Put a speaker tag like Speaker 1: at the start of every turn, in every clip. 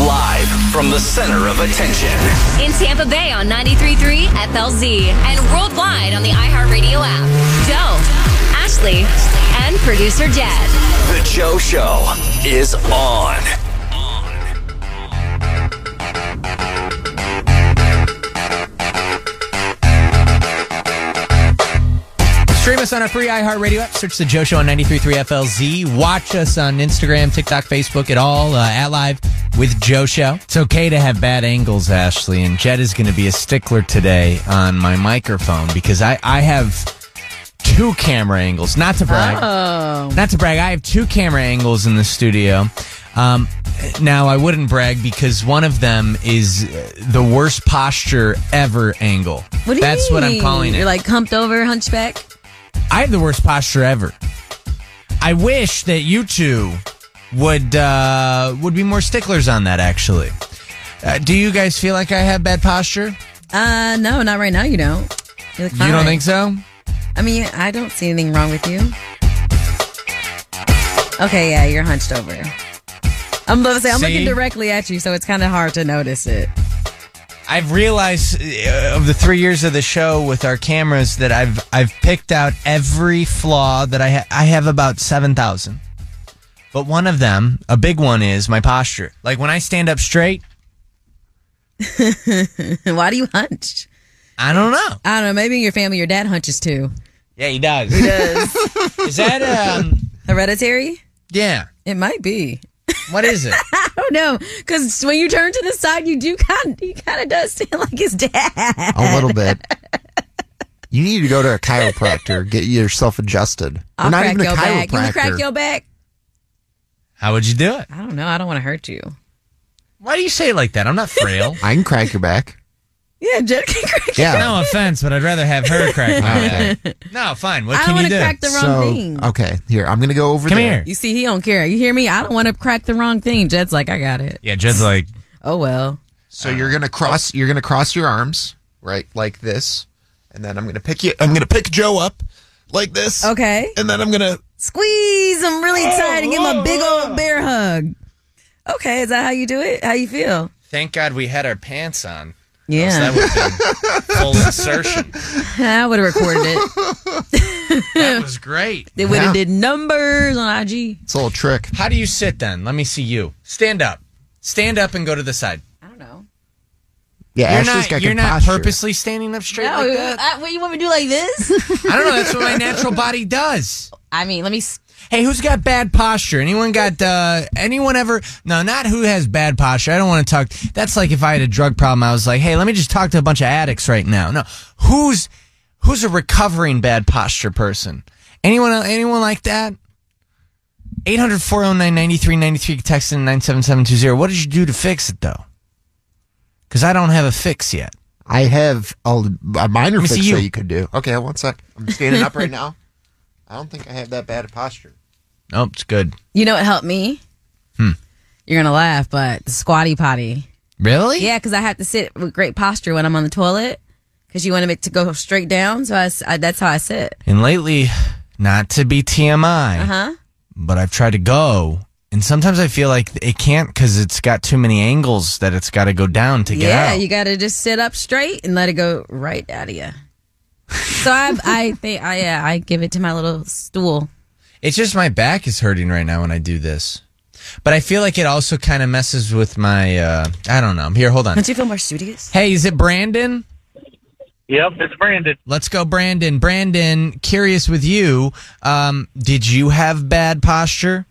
Speaker 1: Live from the center of attention,
Speaker 2: In Tampa Bay on 93.3 FLZ and worldwide on the iHeartRadio app. Joe, Ashley, and producer Jed.
Speaker 1: The Joe Show is on.
Speaker 3: Stream us on our free iHeartRadio app. Search the Joe Show on 93.3 FLZ. Watch us on Instagram, TikTok, Facebook, at all, uh, at live with Joe Show. It's okay to have bad angles, Ashley, and Jed is going to be a stickler today on my microphone because I, I have two camera angles. Not to brag.
Speaker 4: Oh.
Speaker 3: Not to brag. I have two camera angles in the studio. Um, now, I wouldn't brag because one of them is uh, the worst posture ever angle.
Speaker 4: What do you
Speaker 3: That's what I'm
Speaker 4: mean?
Speaker 3: calling it.
Speaker 4: You're like humped over, hunchback.
Speaker 3: I have the worst posture ever. I wish that you two would uh, would be more sticklers on that. Actually, uh, do you guys feel like I have bad posture?
Speaker 4: Uh, no, not right now. You don't. You look fine.
Speaker 3: You don't think so?
Speaker 4: I mean, I don't see anything wrong with you. Okay, yeah, you're hunched over. I'm about to say I'm
Speaker 3: See?
Speaker 4: looking directly at you, so it's kind of hard to notice it.
Speaker 3: I've realized uh, of the three years of the show with our cameras that I've I've picked out every flaw that I ha- I have about seven thousand, but one of them, a big one, is my posture. Like when I stand up straight,
Speaker 4: Why do you hunch?
Speaker 3: I don't know.
Speaker 4: I don't know. Maybe in your family, your dad hunches too.
Speaker 3: Yeah, he does. He does. is that um?
Speaker 4: Hereditary?
Speaker 3: Yeah.
Speaker 4: It might be.
Speaker 3: What is it?
Speaker 4: I don't know, because when you turn to the side, you do kind. He kind of does sound like his
Speaker 3: Oh,
Speaker 4: dad.
Speaker 5: A little bit. You need to go to a chiropractor, get yourself adjusted.
Speaker 4: I'll
Speaker 5: Or
Speaker 4: crack your back. You can crack your back.
Speaker 3: How would you do it?
Speaker 4: I don't know. I don't want to hurt you.
Speaker 3: Why do you say it like that? I'm not frail.
Speaker 5: I can crack your back.
Speaker 4: Yeah, Jed can crack.
Speaker 5: Yeah.
Speaker 3: no offense, but I'd rather have her crack my back. No, fine. What
Speaker 4: I
Speaker 3: can
Speaker 4: don't
Speaker 3: you
Speaker 4: want
Speaker 3: do?
Speaker 4: to crack the wrong
Speaker 5: so,
Speaker 4: thing.
Speaker 5: okay, here, I'm going to go over
Speaker 3: Come
Speaker 5: there.
Speaker 3: here.
Speaker 4: You see, he don't care. You hear me? I don't want to crack the wrong thing. Jed's like, I got it.
Speaker 3: Yeah, Jed's like,
Speaker 4: Oh well.
Speaker 5: So you're going to cross you're going to cross your arms, right? Like this. And then I'm going to pick you I'm going to pick Joe up like this.
Speaker 4: Okay.
Speaker 5: And then I'm Oh, going to
Speaker 4: Squeeze him really tight and give him a big old bear hug. Okay, is that how you do it? How you feel?
Speaker 3: thank God we had our pants on. Else
Speaker 4: Yeah,
Speaker 3: would have been full insertion.
Speaker 4: I would have recorded it.
Speaker 3: That was great.
Speaker 4: They would have
Speaker 5: Yeah.
Speaker 4: did numbers on IG.
Speaker 5: It's a little trick.
Speaker 3: How do you sit then? Let me see you. Stand up. Stand up and go to the side.
Speaker 4: I don't know.
Speaker 5: Yeah,
Speaker 3: You're
Speaker 5: Ashley's got
Speaker 3: not,
Speaker 5: good
Speaker 3: you're not
Speaker 5: posture.
Speaker 3: purposely standing up straight
Speaker 4: No,
Speaker 3: like that.
Speaker 4: I, what you want me to do like this?
Speaker 3: I don't know. That's what my natural body does.
Speaker 4: I mean, let me. s-
Speaker 3: Hey, who's got bad posture? Anyone got uh anyone ever No, not who has bad posture. I don't want to talk. That's like if I had a drug problem, I was like, "Hey, let me just talk to a bunch of addicts right now." No. Who's who's a recovering bad posture person? Anyone anyone like that? 800-409-9393 text in 97720. What did you do to fix it though? Cuz I don't have a fix yet.
Speaker 5: I have a, a minor
Speaker 3: me see
Speaker 5: fix
Speaker 3: you.
Speaker 5: that you could do. Okay, one sec. I'm standing up right now. I don't think I have that bad a posture.
Speaker 3: Nope, Oh, it's good.
Speaker 4: You know what helped me? Hmm. You're gonna laugh, but the squatty potty.
Speaker 3: Really?
Speaker 4: Yeah, because I have to sit with great posture when I'm on the toilet because you want it to go straight down. So I s I that's how I sit.
Speaker 3: And lately, not to be TMI.
Speaker 4: Uh huh.
Speaker 3: but I've tried to go. And sometimes I feel like it can't because it's got too many angles that it's got to go down to get
Speaker 4: Yeah,
Speaker 3: out.
Speaker 4: you got to just sit up straight and let it go right out of you. so I, I think, I, yeah, I give it to my little stool.
Speaker 3: it's just my back is hurting right now when I do this. But I feel like it also kind of messes with my, uh, I don't know. Here, hold on.
Speaker 4: Don't you feel more studious?
Speaker 3: Hey, is it Brandon?
Speaker 6: Yep, it's Brandon.
Speaker 3: Let's go, Brandon. Brandon, curious with you. Um, did you have bad posture?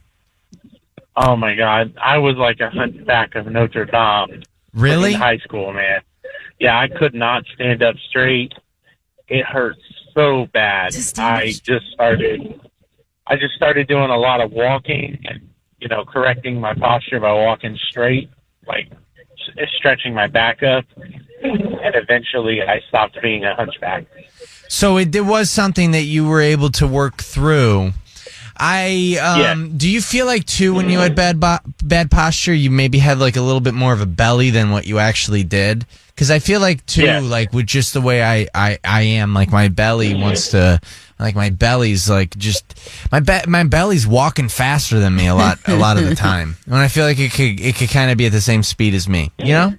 Speaker 6: Oh my God, I was like a hunchback of Notre Dame
Speaker 3: Really?
Speaker 6: in high school, man. Yeah, I could not stand up straight. It hurt so bad.
Speaker 4: Just stand up
Speaker 6: I just started. I just started doing a lot of walking and you know, correcting my posture by walking straight, like s- stretching my back up, and eventually I stopped being a hunchback.
Speaker 3: So it, it was something that you were able to work through. I um, do you feel like too when you had bad bo- bad posture, you maybe had like a little bit more of a belly than what you actually did? Because I feel like too,
Speaker 6: Yeah.
Speaker 3: like with just the way I, I I am, like my belly wants to, like my belly's like just my be- my belly's walking faster than me a lot a lot of the time. When I feel like it could it could kind of be at the same speed as me, you know?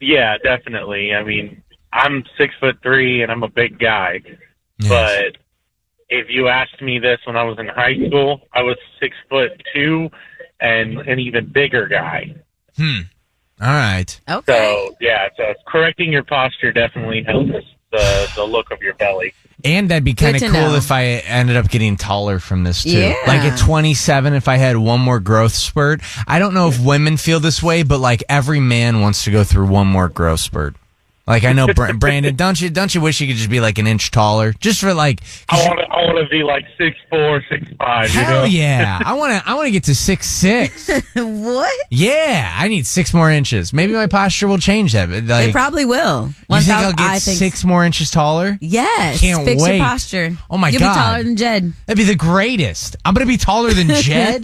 Speaker 6: Yeah, definitely. I mean, I'm six foot three and I'm a big guy, but if you asked me this when I was in high school, I was six foot two and an even bigger guy.
Speaker 3: Hmm. All right.
Speaker 6: So yeah, so correcting your posture definitely helps the the look of your belly.
Speaker 3: And that'd be kind of
Speaker 6: Good
Speaker 3: cool
Speaker 6: to know.
Speaker 3: if I ended up getting taller from this too.
Speaker 6: Yeah.
Speaker 3: Like at 27, if I had one more growth spurt. I don't know if women feel this way, but like every man wants to go through one more growth spurt. Like I know, Bra- Brandon, don't you don't you wish you could just be like an inch taller, just for like?
Speaker 6: I want to I want to be like six four, six five. you know?
Speaker 3: Hell yeah! I want to I want to get to six six.
Speaker 4: what?
Speaker 3: Yeah, I need six more inches. Maybe my posture will change that. But like,
Speaker 4: they probably will.
Speaker 3: you
Speaker 4: Once
Speaker 3: think
Speaker 4: I-
Speaker 3: I'll get
Speaker 4: I think-
Speaker 3: six more inches taller?
Speaker 4: Yes.
Speaker 3: Can't
Speaker 4: Fix
Speaker 3: wait.
Speaker 4: your posture.
Speaker 3: Oh my
Speaker 4: You'll
Speaker 3: god!
Speaker 4: be taller than Jed.
Speaker 3: That'd be the greatest. I'm gonna be taller than Jed.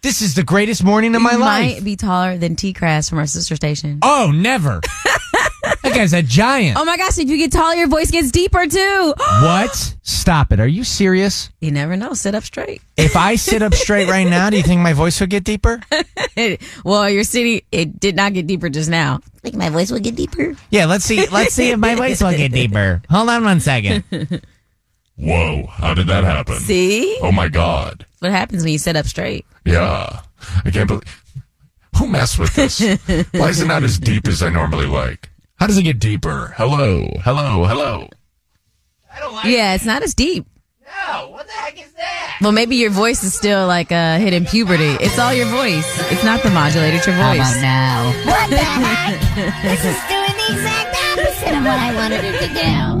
Speaker 3: this is the greatest morning of my
Speaker 4: you
Speaker 3: life.
Speaker 4: might be taller than T Crass from our sister station.
Speaker 3: Oh, never. that guy's a giant.
Speaker 4: Oh my gosh, if you get taller, your voice gets deeper too.
Speaker 3: what? Stop it. Are you serious?
Speaker 4: You never know. Sit up straight.
Speaker 3: If I sit up straight right now, do you think my voice would get deeper?
Speaker 4: well, your city, it did not get deeper just now. I think my voice will get deeper.
Speaker 3: Yeah, let's see. Let's see if my voice will get deeper. Hold on one second.
Speaker 7: Whoa, how did that happen?
Speaker 4: See?
Speaker 7: Oh my god.
Speaker 4: That's what happens when you sit up straight.
Speaker 7: Yeah. I can't believe. Who messed with this? Why is it not as deep as I normally like? How does it get deeper? Hello, hello, hello.
Speaker 4: yeah, it's not as deep. No, what the heck is that? Well, maybe your voice is still like uh, hitting puberty. It's all your voice. It's not the modulator. It's your
Speaker 8: How
Speaker 4: voice.
Speaker 8: about
Speaker 4: now?
Speaker 8: What the heck? This is doing the exact opposite of what I wanted it to do.